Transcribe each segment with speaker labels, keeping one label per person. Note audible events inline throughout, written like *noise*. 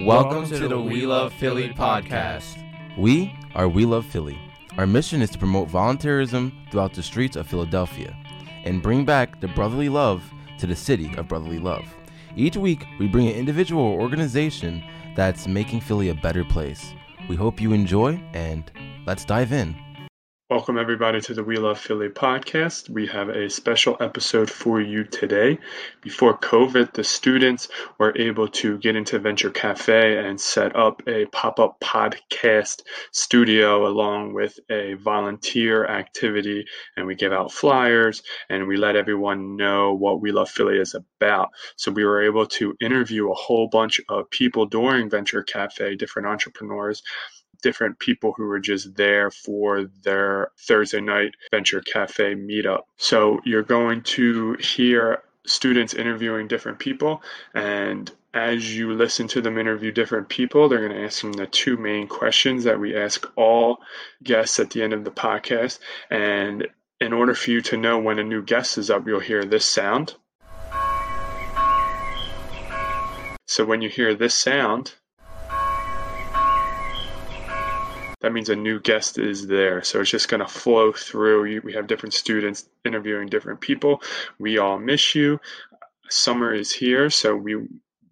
Speaker 1: Welcome to the We Love Philly podcast.
Speaker 2: We are We Love Philly. Our mission is to promote volunteerism throughout the streets of Philadelphia and bring back the brotherly love to the city of brotherly love. Each week, we bring an individual or organization that's making Philly a better place. We hope you enjoy, and let's dive in.
Speaker 3: Welcome, everybody, to the We Love Philly podcast. We have a special episode for you today. Before COVID, the students were able to get into Venture Cafe and set up a pop up podcast studio along with a volunteer activity. And we give out flyers and we let everyone know what We Love Philly is about. So we were able to interview a whole bunch of people during Venture Cafe, different entrepreneurs different people who were just there for their Thursday night Venture Cafe meetup. So you're going to hear students interviewing different people and as you listen to them interview different people, they're going to ask them the two main questions that we ask all guests at the end of the podcast. And in order for you to know when a new guest is up, you'll hear this sound. So when you hear this sound, that means a new guest is there. So it's just going to flow through. You- We have different students interviewing different people. We all miss you. Summer is here, so we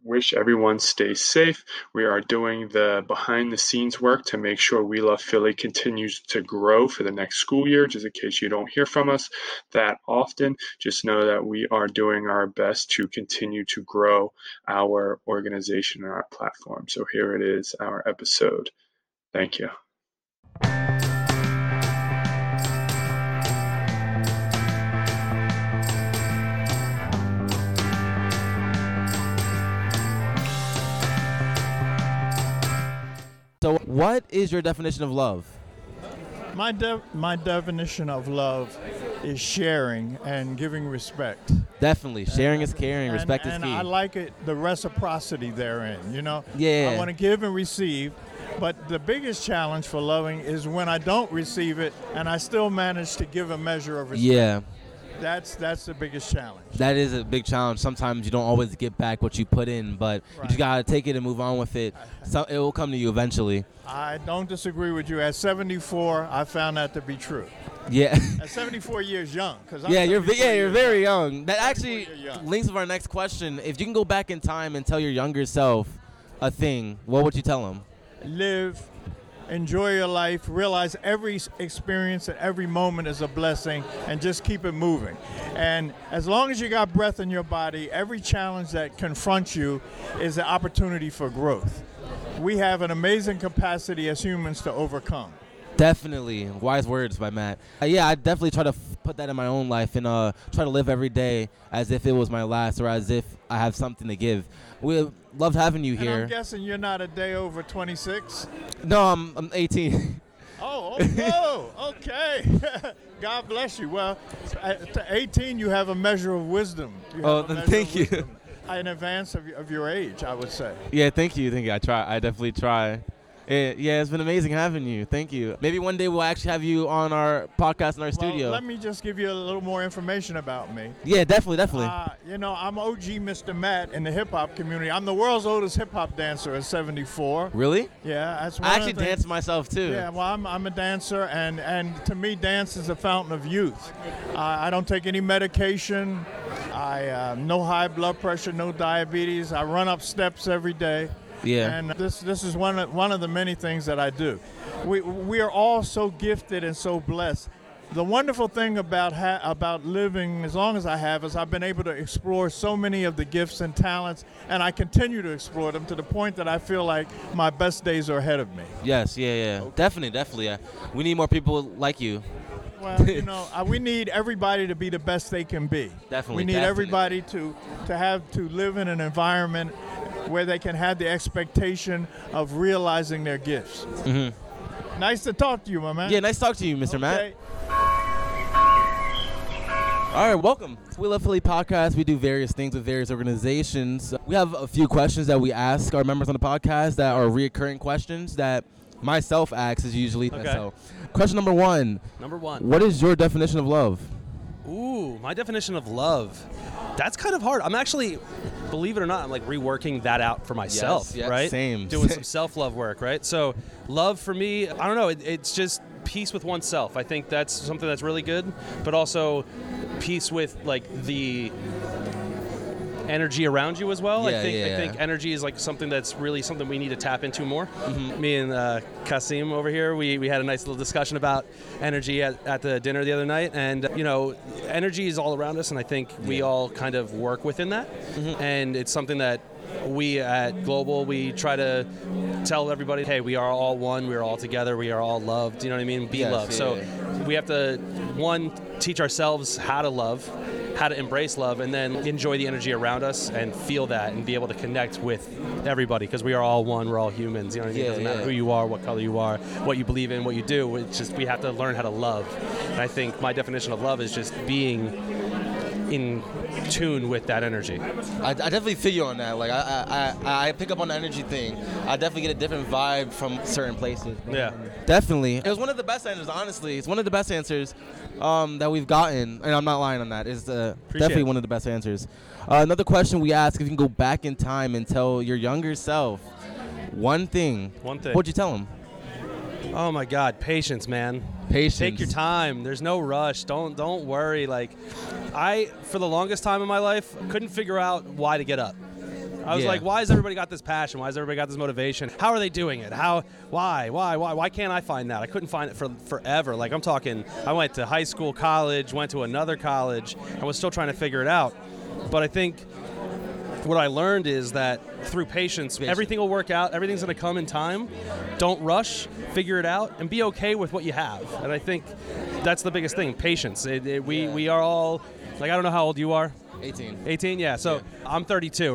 Speaker 3: wish everyone stays safe. We are doing the behind the scenes work to make sure We Love Philly continues to grow for the next school year. Just in case you don't hear from us that often, just know that we are doing our best to continue to grow our organization and our platform. So here it is, our episode. Thank you.
Speaker 2: So, what is your definition of love?
Speaker 4: My de- my definition of love is sharing and giving respect.
Speaker 2: Definitely, sharing is caring,
Speaker 4: And-
Speaker 2: respect is
Speaker 4: and
Speaker 2: key.
Speaker 4: I like it the reciprocity therein, you know.
Speaker 2: Yeah.
Speaker 4: I want to give and receive, but the biggest challenge for loving is when I don't receive it and I still manage to give a measure of respect.
Speaker 2: yeah,
Speaker 4: That's that's the biggest challenge.
Speaker 2: that is a big challenge. Sometimes you don't always get back what you put in, but you just
Speaker 4: Right.
Speaker 2: gotta take it and move on with it. So it will come to you eventually.
Speaker 4: I don't disagree with you. At 74, I found that to be true. *laughs*
Speaker 2: Yeah.
Speaker 4: At 74 years young, because
Speaker 2: Yeah, you're ve- yeah, you're very young. That actually
Speaker 4: you're young.
Speaker 2: links with our next question. If you can go back in time and tell your younger self a thing, what would you tell them?
Speaker 4: live, enjoy your life, realize every s- experience and every moment is a blessing, and just keep it moving. And as long as you got breath in your body, every challenge that confronts you is an opportunity for growth. We have an amazing capacity as humans to overcome.
Speaker 2: Definitely, wise words by Matt. Uh, yeah, I definitely try to f- put that in my own life and uh, try to live every day as if it was my last or as if I have something to give. We uh, loved having you
Speaker 4: And I'm
Speaker 2: here.
Speaker 4: guessing you're not a day over 26.
Speaker 2: no, I'm I'm *laughs* 18.
Speaker 4: Oh, oh whoa, okay. *laughs* God bless you. Well, at to 18, you have a measure of wisdom. You have
Speaker 2: Oh,
Speaker 4: a
Speaker 2: then
Speaker 4: measure of
Speaker 2: thank you.
Speaker 4: wisdom In advance of, y- of your age, I would say.
Speaker 2: yeah, thank you, thank you. I try. I definitely try. Eh, yeah, it's been amazing having you. Thank you. Maybe one day we'll actually have you on our podcast in our
Speaker 4: Well,
Speaker 2: studio.
Speaker 4: let me just give you a little more information about me.
Speaker 2: yeah, definitely, definitely.
Speaker 4: Uh, you know, I'm OG Mr. Matt in the hip hop community. I'm the world's oldest hip hop dancer at 74.
Speaker 2: really?
Speaker 4: Yeah, that's one of
Speaker 2: I
Speaker 4: the
Speaker 2: actually
Speaker 4: things-
Speaker 2: dance myself too.
Speaker 4: Yeah, well, I'm, I'm a dancer, and, and to me, dance is a fountain of youth. Uh, I don't take any medication. I uh, no high blood pressure, no diabetes. I run up steps every day.
Speaker 2: Yeah.
Speaker 4: And this this is one of, one of the many things that I do. We we are all so gifted and so blessed. The wonderful thing about ha- about living as long as I have is I've been able to explore so many of the gifts and talents, and I continue to explore them to the point that I feel like my best days are ahead of me.
Speaker 2: Yes, yeah, yeah. Definitely, definitely. Yeah. We need more people like you.
Speaker 4: Well,
Speaker 2: *laughs*
Speaker 4: you know, uh, we need everybody to be the best they can be.
Speaker 2: Definitely,
Speaker 4: We need
Speaker 2: definitely.
Speaker 4: everybody to to have to live in an environment where they can have the expectation of realizing their gifts. Mm-hmm. Nice to talk to you, my man.
Speaker 2: Yeah, nice to talk to you, Mr. Matt.
Speaker 4: Okay.
Speaker 2: All right, welcome. We Love Philly podcast. We do various things with various organizations. We have a few questions that we ask our members on the podcast that are reoccurring questions that myself asks is usually. So, question number one
Speaker 5: Number one,
Speaker 2: What is your definition of love?
Speaker 5: Ooh, my definition of love. That's kind of hard. I'm actually, believe it or not, I'm like reworking that out for myself,
Speaker 2: Yes, yes,
Speaker 5: right?
Speaker 2: same.
Speaker 5: Doing some self love work, right? So, love for me, I don't know, it, it's just peace with oneself. I think that's something that's really good, but also peace with like the energy around you as well.
Speaker 2: Yeah,
Speaker 5: I think
Speaker 2: yeah, yeah.
Speaker 5: I think energy is like something that's really something we need to tap into more.
Speaker 2: Mm-hmm.
Speaker 5: Me and uh, Kasim over here, we, we had a nice little discussion about energy at, at the dinner the other night, and you know, energy is all around us, and I think we all kind of work within that,
Speaker 2: Mm-hmm.
Speaker 5: and it's something that we at Global we try to tell everybody, hey, we are all one, we are all together, we are all loved. You know what I mean? Be
Speaker 2: Yes,
Speaker 5: loved.
Speaker 2: yeah,
Speaker 5: so
Speaker 2: yeah.
Speaker 5: we have to one teach ourselves how to love how to embrace love and then enjoy the energy around us and feel that and be able to connect with everybody because we are all one we're all humans you know what I mean?
Speaker 2: Yeah,
Speaker 5: it doesn't
Speaker 2: yeah.
Speaker 5: matter who you are what color you are what you believe in what you do it's just we have to learn how to love and i think my definition of love is just being in tune with that energy
Speaker 2: I, I definitely feel you on that. Like I, I, I- I pick up on the energy thing. I definitely get a different vibe from certain places.
Speaker 5: Yeah.
Speaker 2: definitely. It was one of the best answers, honestly. It's one of the best answers um, that we've gotten, and I'm not lying on that. It's uh,
Speaker 5: Appreciate
Speaker 2: definitely
Speaker 5: it.
Speaker 2: one of the best answers. Uh, another question we ask: If you can go back in time and tell your younger self one thing,
Speaker 5: One thing.
Speaker 2: what'd you tell him?
Speaker 5: oh my god patience man
Speaker 2: Patience.
Speaker 5: Take your time. There's no rush. Don't don't worry. Like I for the longest time in my life couldn't figure out why to get up. I was
Speaker 2: Yeah.
Speaker 5: like, why has everybody got this passion? Why has everybody got this motivation? How are they doing it? How why? Why? Why why can't I find that? I couldn't find it for forever. Like I'm talking I went to high school, college, went to another college, I was still trying to figure it out. But I think what I learned is that through patience, everything will work out. Everything's going to come in time. Don't rush. Figure it out and be okay with what you have. And I think that's the biggest thing: patience. It, it, we we are all like I don't know how old you are.
Speaker 2: 18.
Speaker 5: 18, yeah. So I'm 32,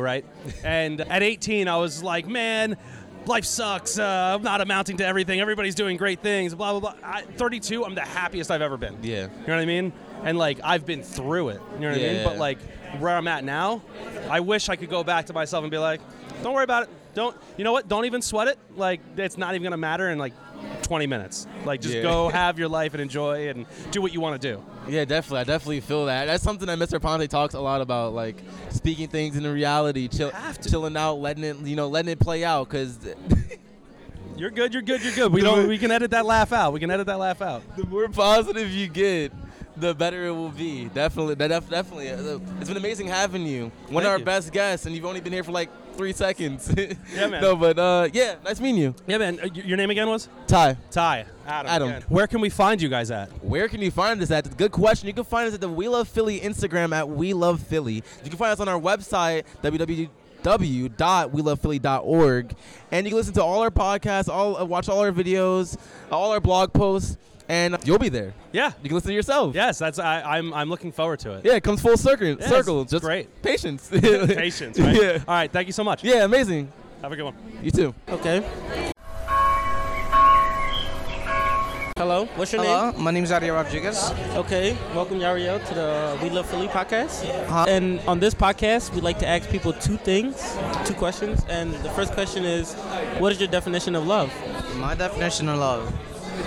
Speaker 2: *laughs*
Speaker 5: right? and at 18, I was like, man, life sucks. Uh, I'm not amounting to everything. Everybody's doing great things. Blah blah blah. I, 32, I'm the happiest I've ever been.
Speaker 2: Yeah.
Speaker 5: You know what I mean? And like I've been through it. You know what I
Speaker 2: Yeah,
Speaker 5: mean?
Speaker 2: yeah,
Speaker 5: But
Speaker 2: yeah.
Speaker 5: like where I'm at now, I wish I could go back to myself and be like, don't worry about it. Don't. You know what? Don't even sweat it. Like it's not even gonna matter in like 20 minutes. Like just
Speaker 2: Yeah.
Speaker 5: go have your life and enjoy and
Speaker 2: *laughs*
Speaker 5: do what you want to do.
Speaker 2: Yeah, definitely. I definitely feel that. That's something that Mr. Ponte talks a lot about, like speaking things into reality, chill,
Speaker 5: have to.
Speaker 2: chilling out, letting it, you know, letting it play out. Cause *laughs*
Speaker 5: You're good. You're good. You're good. We don't. We can edit that laugh out. We can edit that laugh out.
Speaker 2: the more positive you get, the better it will be. Definitely, that def- definitely. Uh, It's been amazing having you. One
Speaker 5: Thank
Speaker 2: of our
Speaker 5: you.
Speaker 2: best guests, and you've only been here for like three seconds. *laughs*
Speaker 5: Yeah, man.
Speaker 2: no, but uh, yeah, nice meeting you,
Speaker 5: Yeah, man. Uh, y- Your name again was
Speaker 2: Ty.
Speaker 5: Ty. Adam.
Speaker 2: Adam.
Speaker 5: Where can we find you guys at?
Speaker 2: Where can you find us at? Good question. You can find us at the We Love Philly Instagram at We Love Philly. You can find us on our website, www.welovephilly.org. And you can listen to all our podcasts, all uh, watch all our videos, all our blog posts, and you'll be there.
Speaker 5: Yeah.
Speaker 2: You can listen to yourself.
Speaker 5: Yes, that's. I, I'm. I'm looking forward to it.
Speaker 2: Yeah, it comes full circle.
Speaker 5: Yeah,
Speaker 2: circle.
Speaker 5: it's
Speaker 2: Just
Speaker 5: great.
Speaker 2: Patience.
Speaker 5: *laughs* Patience. Right?
Speaker 2: *laughs* Yeah.
Speaker 5: All right. Thank you so much.
Speaker 2: Yeah, amazing.
Speaker 5: Have a good one.
Speaker 2: You too.
Speaker 6: Okay.
Speaker 7: Hello.
Speaker 6: What's your
Speaker 7: Hello. My name is Aria Rodriguez.
Speaker 6: name? Okay. Welcome, Yariel, to the We Love Philly podcast.
Speaker 2: Huh?
Speaker 6: And on this podcast, we like to ask people two things, two questions. And the first question is, what is your definition of love?
Speaker 7: My definition of love.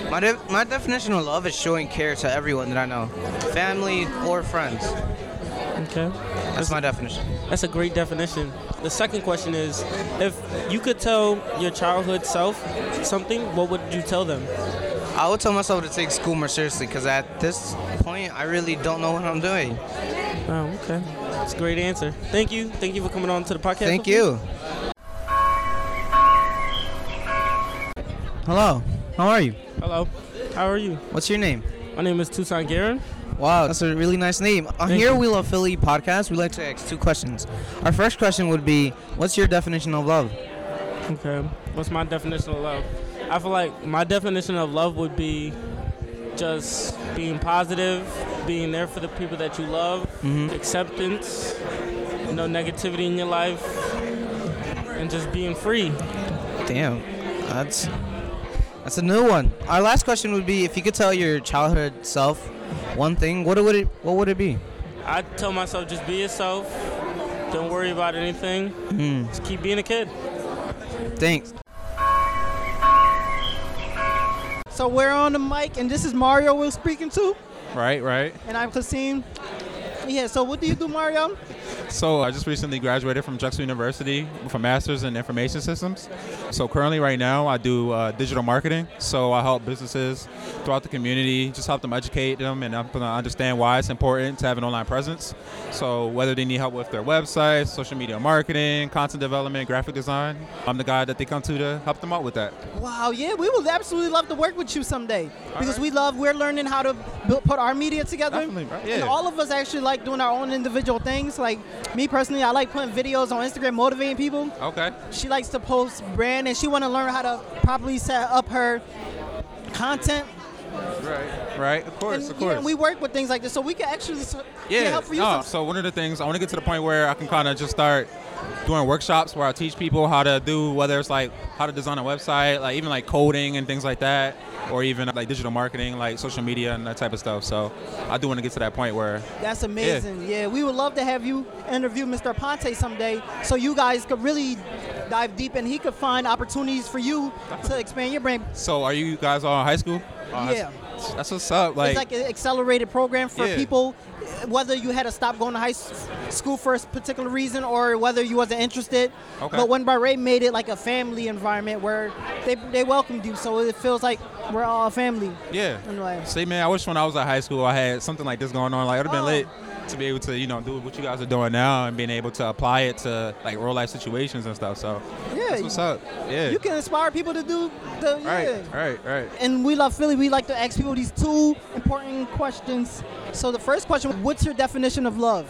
Speaker 7: My, de- my definition of love is showing care to everyone that I know, family or friends.
Speaker 6: Okay.
Speaker 7: That's my definition.
Speaker 6: That's a great definition. The second question is, if you could tell your childhood self something, what would you tell them?
Speaker 7: I would tell myself to take school more seriously because at this point, I really don't know what I'm doing.
Speaker 6: Oh, okay. That's a great answer. Thank you. Thank you for coming on to the podcast.
Speaker 7: Thank
Speaker 6: with me.
Speaker 7: you. Hello. How are you?
Speaker 6: Hello. How are you?
Speaker 7: What's your name?
Speaker 6: My name is Tucson Guerin.
Speaker 7: Wow, that's a really nice name. On
Speaker 6: Thank
Speaker 7: here,
Speaker 6: you.
Speaker 7: We Love Philly podcast, we like to ask two questions. Our first question would be What's your definition of love?
Speaker 6: Okay. What's my definition of love? I feel like my definition of love would be just being positive, being there for the people that you love, acceptance, no negativity in your life, and just being free.
Speaker 7: Damn, that's that's a new one. Our last question would be If you could tell your childhood self one thing, what would it what would it be?
Speaker 6: I tell myself just be yourself. Don't worry about anything. Just keep being a kid.
Speaker 7: Hmm, Thanks.
Speaker 8: So we're on the mic, and this is Mario we're speaking to.
Speaker 1: Right, right.
Speaker 8: And I'm Kasim. Yeah, so what do you do, Mario?
Speaker 1: So I just recently graduated from Drexel University with a master's in information systems. So currently, right now, I do uh, digital marketing. So I help businesses throughout the community, just help them educate them and help them understand why it's important to have an online presence. So whether they need help with their websites, social media marketing, content development, graphic design, I'm the guy that they come to to help them out with that.
Speaker 8: Wow, yeah, we would absolutely love to work with you someday because we love we're learning how to build, put our media together.
Speaker 1: Definitely, bro.
Speaker 8: And
Speaker 1: Yeah.
Speaker 8: all of us actually like doing our own individual things. Like me personally, I like putting videos on Instagram motivating people.
Speaker 1: Okay.
Speaker 8: She likes to post brand and she want to learn how to properly set up her content.
Speaker 1: Right. Right. Of course.
Speaker 8: and,
Speaker 1: of
Speaker 8: yeah,
Speaker 1: course.
Speaker 8: and we work with things like this, so we can actually s-
Speaker 1: Yeah.
Speaker 8: can help for you.
Speaker 1: no,
Speaker 8: some-
Speaker 1: so one of the things I want to get to the point where I can kind of just start doing workshops where I teach people how to do whether it's like how to design a website, like even like coding and things like that, or even like digital marketing, like social media and that type of stuff. So I do want to get to that point where
Speaker 8: That's amazing. Yeah. we would love to have you interview Mr. Ponte someday, so you guys could really dive deep and he could find opportunities for you to expand your brand.
Speaker 1: so are you guys all in high school? Uh,
Speaker 8: Yeah.
Speaker 1: that's- That's what's up. Like,
Speaker 8: it's like an accelerated program for
Speaker 1: Yeah.
Speaker 8: people, whether you had to stop going to high s- school for a s- particular reason or whether you wasn't interested.
Speaker 1: Okay.
Speaker 8: But when Barre made it like a family environment where they, they welcomed you, so it feels like we're all a family. in a way.
Speaker 1: yeah. See man, I wish when I was at high school I had something like this going on. Like it'd have been
Speaker 8: Oh.
Speaker 1: lit to be able to, you know, do what you guys are doing now and being able to apply it to like real life situations and stuff. So
Speaker 8: Yeah,
Speaker 1: that's what's up. Yeah.
Speaker 8: you can inspire people to do the. yeah.
Speaker 1: Right, right, right.
Speaker 8: And we love Philly. We like to ask people these two important questions. So the first question: What's your definition of love?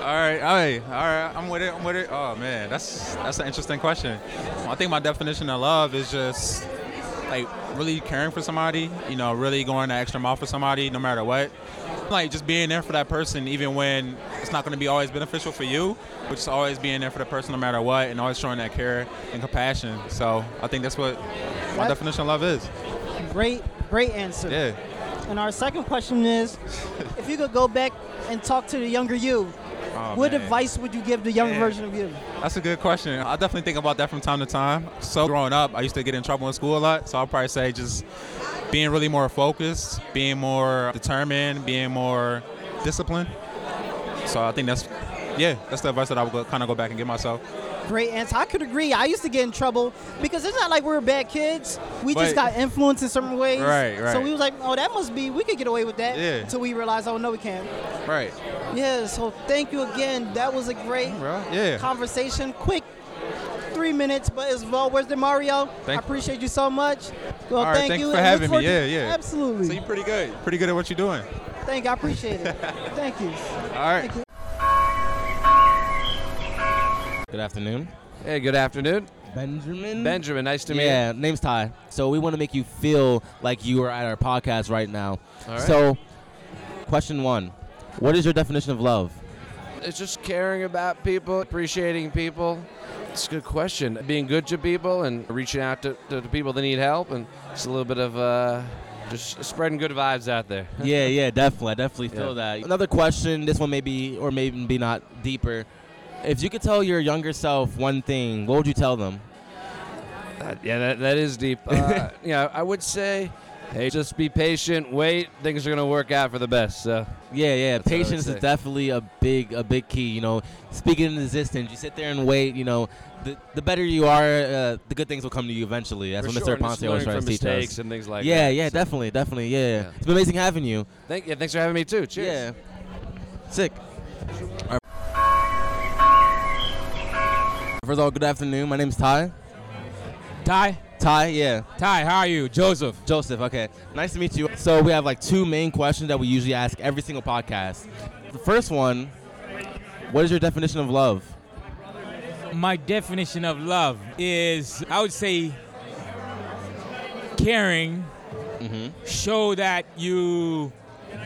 Speaker 1: All right, all right, all right. I'm with it. I'm with it. Oh man, that's that's an interesting question. I think my definition of love is just like really caring for somebody. You know, really going the extra mile for somebody, no matter what. Like just being there for that person, even when it's not going to be always beneficial for you, but just always being there for the person, no matter what, and always showing that care and compassion. So I think that's what
Speaker 8: That's-
Speaker 1: my definition of love is.
Speaker 8: Great, great answer.
Speaker 1: Yeah.
Speaker 8: And our second question
Speaker 1: *laughs*
Speaker 8: is: If you could go back and talk to the younger you,
Speaker 1: Oh,
Speaker 8: what
Speaker 1: man.
Speaker 8: advice would you give the young
Speaker 1: Man.
Speaker 8: version of you?
Speaker 1: That's a good question. I definitely think about that from time to time. So growing up, I used to get in trouble in school a lot. So I'll probably say just being really more focused, being more determined, being more disciplined. So I think that's yeah, that's the advice that I would go, kind of go back and give myself.
Speaker 8: Great answer. I could agree. I used to get in trouble because it's not like we were bad kids. We just
Speaker 1: But-
Speaker 8: got influenced in certain ways.
Speaker 1: Right,
Speaker 8: So
Speaker 1: right.
Speaker 8: we was like, oh, that must be. We could get away with that.
Speaker 1: Yeah.
Speaker 8: Until we realized, oh no, we can't.
Speaker 1: Right.
Speaker 8: Yeah. So thank you again. That was a great.
Speaker 1: Yeah.
Speaker 8: conversation. Quick, three minutes, but it's well worth it, Mario.
Speaker 1: Thank-
Speaker 8: I appreciate you so much. Well,
Speaker 1: All right,
Speaker 8: thank
Speaker 1: thanks
Speaker 8: you.
Speaker 1: for
Speaker 8: and look
Speaker 1: having me.
Speaker 8: forward to-
Speaker 1: Yeah, yeah.
Speaker 8: Absolutely.
Speaker 1: So you're pretty good. Pretty good at what you're doing.
Speaker 8: thank you. I appreciate
Speaker 1: *laughs*
Speaker 8: it. thank you.
Speaker 1: All right.
Speaker 2: Good afternoon.
Speaker 9: Hey, good afternoon.
Speaker 2: Benjamin?
Speaker 9: Benjamin, nice to meet you.
Speaker 2: yeah, name's Ty. So we want to make you feel like you are at our podcast right now.
Speaker 9: All right.
Speaker 2: So, question one What is your definition of
Speaker 9: *laughs*
Speaker 2: love?
Speaker 9: It's just caring about people, appreciating people. It's a good question. Being good to people and reaching out to, to the people that need help, and it's a little bit of uh, just spreading good vibes out there. *laughs*
Speaker 2: yeah, yeah, definitely. I definitely feel
Speaker 9: Yeah.
Speaker 2: that. Another question, this one maybe, or maybe not deeper. If you could tell your younger self one thing, what would you tell them?
Speaker 9: That- Uh, yeah, that, that
Speaker 2: *laughs*
Speaker 9: is deep. Uh, yeah, I would say, hey, just be patient, wait. Things are gonna work out for the best. So
Speaker 2: Yeah, yeah.
Speaker 9: That's what I would
Speaker 2: Patience is
Speaker 9: say.
Speaker 2: definitely a big, a big key. You know, speaking in existence, you sit there and wait. You know, the, the better you are, uh, the good things will come to you eventually. That's
Speaker 9: for
Speaker 2: what
Speaker 9: sure,
Speaker 2: Mr.
Speaker 9: and just
Speaker 2: Ponce always
Speaker 9: learning
Speaker 2: tries
Speaker 9: from
Speaker 2: to teach
Speaker 9: mistakes
Speaker 2: us.
Speaker 9: and things like
Speaker 2: yeah,
Speaker 9: that.
Speaker 2: yeah,
Speaker 9: So,
Speaker 2: definitely, definitely, yeah.
Speaker 9: Yeah.
Speaker 2: It's been amazing having you.
Speaker 9: Thank, yeah, thanks for having me too. Cheers.
Speaker 2: Yeah, sick. All right. First of all, good afternoon. My name's Ty.
Speaker 10: Ty,
Speaker 2: Ty, yeah.
Speaker 10: Ty, how are you? Joseph.
Speaker 2: Joseph, okay. Nice to meet you. So we have like two main questions that we usually ask every single podcast. The first one, what is your definition of love?
Speaker 10: My definition of love is, I would say, caring. Show that you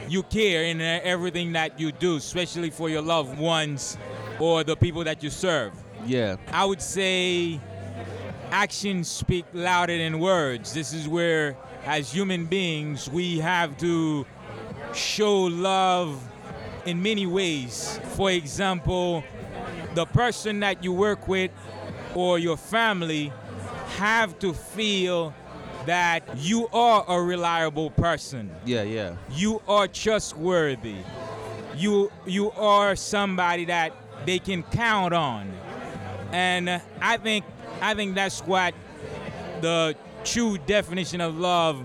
Speaker 10: you care in everything that you do, especially for your loved ones or the people that you serve.
Speaker 2: Yeah.
Speaker 10: I would say actions speak louder than words. This is where, as human beings, we have to show love in many ways. For example, the person that you work with or your family have to feel that you are a reliable person.
Speaker 11: Yeah, yeah.
Speaker 10: You are trustworthy. You you are somebody that they can count on. And uh, I think I think that's what the true definition of love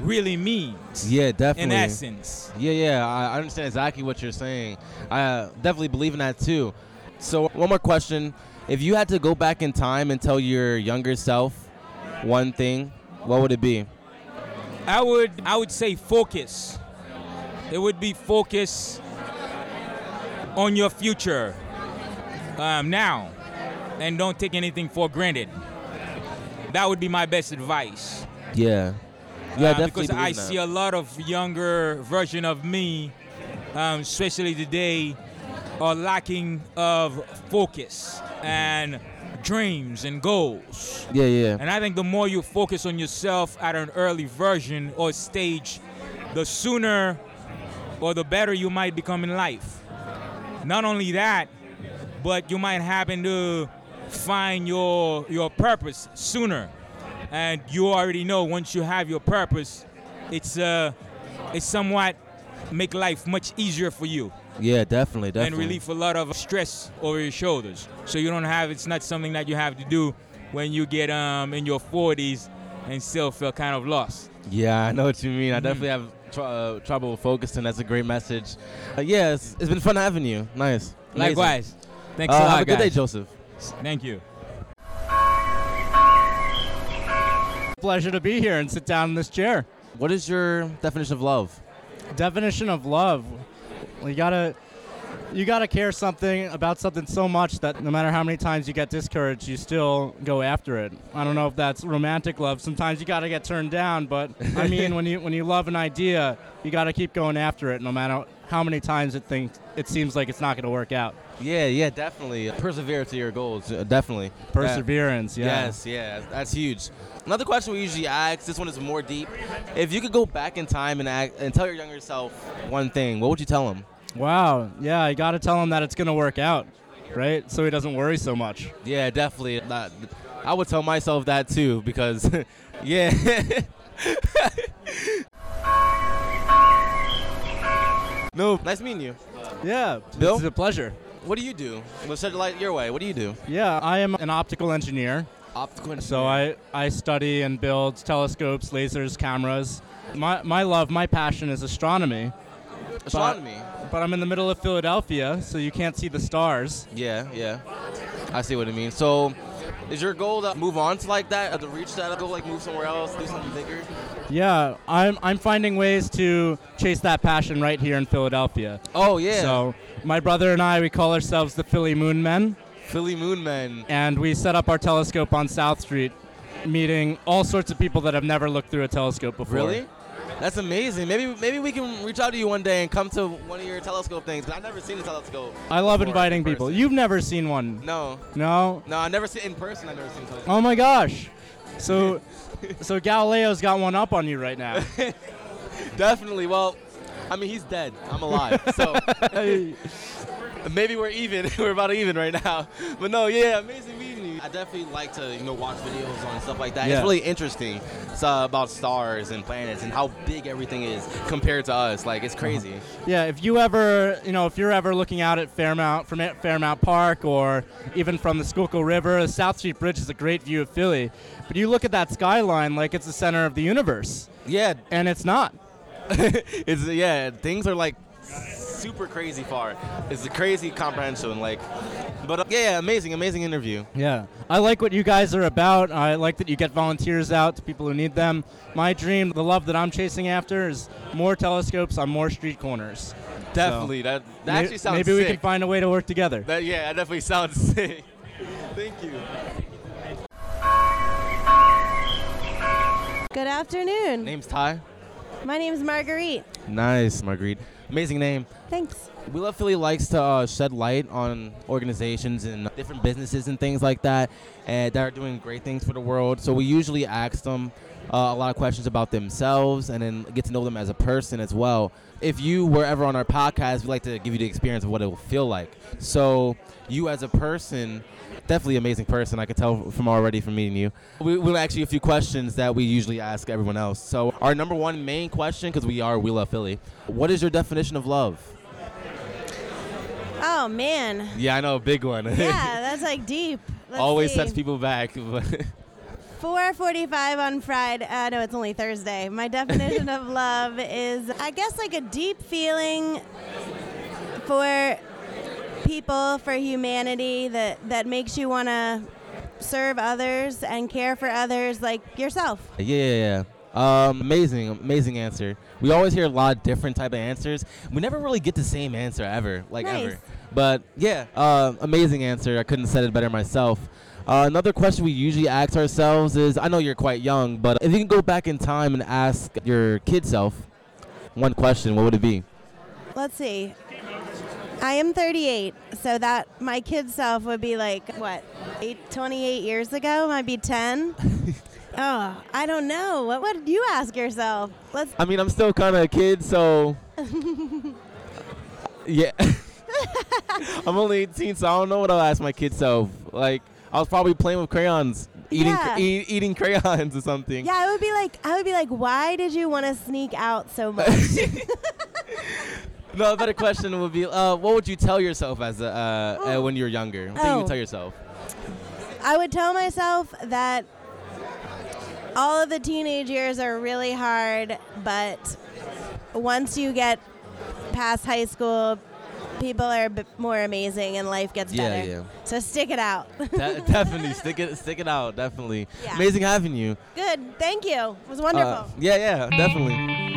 Speaker 10: really means.
Speaker 2: Yeah, definitely.
Speaker 10: In essence.
Speaker 2: Yeah, yeah. I I understand exactly what you're saying. I uh, definitely believe in that too. So, one more question. If you had to go back in time and tell your younger self one thing, what would it be?
Speaker 10: I would I would say focus. It would be focus on your future um, now, and don't take anything for granted. That would be my best advice.
Speaker 11: Yeah.
Speaker 10: Uh, because I see a lot of younger version of me, um, especially today, are lacking of focus and dreams and goals.
Speaker 11: Yeah, yeah.
Speaker 10: And I think the more you focus on yourself at an early version or stage, the sooner or the better you might become in life. Not only that, but you might happen to find your your purpose sooner. And you already know once you have your purpose, it's uh it's somewhat make life much easier for you
Speaker 11: Yeah, definitely, definitely.
Speaker 10: and relieve a lot of stress over your shoulders. So you don't have it's not something that you have to do when you get um in your 40s and still feel kind of lost.
Speaker 2: Yeah, I know what you mean. I
Speaker 10: Mhm.
Speaker 2: definitely have tr- uh, trouble focusing. That's a great message. Uh, yeah, it's, it's been fun having you. Nice. Amazing.
Speaker 10: Likewise. Thanks
Speaker 2: Uh,
Speaker 10: a lot,
Speaker 2: Have a good day,
Speaker 10: guys.
Speaker 2: Joseph.
Speaker 10: Thank you.
Speaker 12: Pleasure to be here and sit down in this chair.
Speaker 2: What is your definition of love?
Speaker 12: Definition of love. You gotta you gotta care something about something so much that no matter how many times you get discouraged, you still go after it. I don't know if that's romantic love. Sometimes you gotta get turned down, but
Speaker 2: *laughs*
Speaker 12: I mean when you when you love an idea, you gotta keep going after it no matter how many times it thinks it seems like it's not gonna work out.
Speaker 2: Yeah, yeah, definitely. Persevere to your goals, uh, definitely.
Speaker 12: Perseverance,
Speaker 2: Yeah.
Speaker 12: yeah.
Speaker 2: Yes, yeah, that's huge. Another question we usually ask, this one is more deep. If you could go back in time and, act, and tell your younger self one thing, what would you tell him?
Speaker 12: Wow. Yeah, you gotta tell him that it's gonna work out, right? So he doesn't worry so much.
Speaker 2: Yeah, definitely. Not, I would tell myself that too because, *laughs* yeah. *laughs* no, nice meeting you.
Speaker 12: Yeah,
Speaker 2: Bill?
Speaker 12: It's a pleasure.
Speaker 2: What do you do? Let's shed light your way. What do you do?
Speaker 12: Yeah, I am an optical engineer.
Speaker 2: Optical engineer.
Speaker 12: So I, I study and build telescopes, lasers, cameras. My, my love, my passion is astronomy. But-
Speaker 2: Astronomy?
Speaker 12: But, I'm in the middle of Philadelphia, so you can't see the stars.
Speaker 2: Yeah, yeah. I see what it means. So, is your goal to move on to like that, uh, to reach that goal, like move somewhere else, do something bigger?
Speaker 12: Yeah, I'm, I'm finding ways to chase that passion right here in Philadelphia.
Speaker 2: Oh, yeah.
Speaker 12: So my brother and I, we call ourselves the Philly Moon Men.
Speaker 2: Philly Moon Men.
Speaker 12: And we set up our telescope on South Street, meeting all sorts of people that have never looked through a telescope before.
Speaker 2: Really? That's amazing. Maybe maybe we can reach out to you one day and come to one of your telescope things. Cause I've never seen a telescope.
Speaker 12: I love
Speaker 2: before.
Speaker 12: inviting people. You've never seen one.
Speaker 2: No.
Speaker 12: No.
Speaker 2: No, I never seen in person. I never seen. a Telescope.
Speaker 12: Oh my gosh.
Speaker 2: *laughs*
Speaker 12: So, so Galileo's got one up on you right now.
Speaker 2: Definitely. Well, I mean, he's dead. I'm alive.
Speaker 12: *laughs*
Speaker 2: So maybe we're even. *laughs* we're about even right now. But no, yeah, amazing meeting you. I definitely like to you know watch videos on stuff like that.
Speaker 11: Yeah.
Speaker 2: It's really interesting. It's uh, about stars and planets and how big everything is compared to us. Like
Speaker 12: Uh-huh.
Speaker 2: it's crazy.
Speaker 12: yeah. If you ever, you know, if you're ever looking out at Fairmount from at Fairmount Park or even from the Schuylkill River, the South Street Bridge is a great view of Philly. But you look at that skyline like it's the center of the universe.
Speaker 2: Yeah.
Speaker 12: And it's not.
Speaker 2: *laughs* it's yeah, things are like super crazy far. It's a crazy comprehension. Like, but uh, yeah, yeah, amazing, amazing interview.
Speaker 12: Yeah. I like what you guys are about. I like that you get volunteers out to people who need them. My dream, the love that I'm chasing after, is more telescopes on more street corners.
Speaker 2: Definitely. That- that
Speaker 12: may-
Speaker 2: actually sounds
Speaker 12: Maybe we can
Speaker 2: sick.
Speaker 12: find a way to work together.
Speaker 2: That yeah, that definitely sounds *laughs* sick. Thank you.
Speaker 13: Good afternoon.
Speaker 2: Name's Ty.
Speaker 13: My name's Marguerite.
Speaker 2: Nice, Marguerite. Amazing name.
Speaker 13: Thanks.
Speaker 2: We Love Philly likes to uh, shed light on organizations and different businesses and things like that, and that are doing great things for the world. So we usually ask them uh, a lot of questions about themselves and then get to know them as a person as well. If you were ever on our podcast, we like to give you the experience of what it will feel like. So, you as a person, definitely amazing person. I could tell from already from meeting you. We, we'll ask you a few questions that we usually ask everyone else. So, our number one main question, because we are We Love Philly, what is your definition of love?
Speaker 13: Oh man.
Speaker 2: Yeah, I know, big one.
Speaker 13: Yeah, that's like deep.
Speaker 2: *laughs*
Speaker 13: Let's
Speaker 2: Always
Speaker 13: see.
Speaker 2: sets people back. *laughs* but-
Speaker 13: 4:45 on Friday. Uh, no, it's only Thursday. My
Speaker 2: *laughs*
Speaker 13: definition of love is, I guess, like a deep feeling for people, for humanity that that makes you want to serve others and care for others like yourself.
Speaker 2: Yeah, yeah, yeah. Um, amazing, amazing answer. We always hear a lot of different type of answers. We never really get the same answer ever, like
Speaker 13: Nice.
Speaker 2: ever. But yeah, uh, amazing answer. I couldn't have said it better myself. Uh, another question we usually ask ourselves is: I know you're quite young, but if you can go back in time and ask your kid self one question, what would it be?
Speaker 13: Let's see. I am 38, so that my kid self would be like what, eight, 28 years ago? Might be 10. oh, I don't know. What would you ask yourself? Let's. *laughs*
Speaker 2: I mean, I'm still kind of a kid, so Yeah. *laughs* I'm only 18, so I don't know what I'll ask my kid self. Like, I was probably playing with crayons, eating
Speaker 13: Yeah.
Speaker 2: e- eating crayons or something.
Speaker 13: yeah, I would be like, I would be like, why did you want to sneak out so much?
Speaker 2: No, a better question would be, uh, what would you tell yourself as a, uh, uh, when you were younger? What do you
Speaker 13: Oh.
Speaker 2: would tell
Speaker 13: *laughs*
Speaker 2: yourself?
Speaker 13: I would tell myself that all of the teenage years are really hard, but once you get past high school, people are b- more amazing and life gets
Speaker 2: Yeah,
Speaker 13: better.
Speaker 2: yeah.
Speaker 13: So stick it out. *laughs*
Speaker 2: De- definitely stick it stick it out. Definitely
Speaker 13: Yeah.
Speaker 2: amazing having you.
Speaker 13: Good. Thank you. It was wonderful.
Speaker 2: Uh, yeah, yeah, definitely.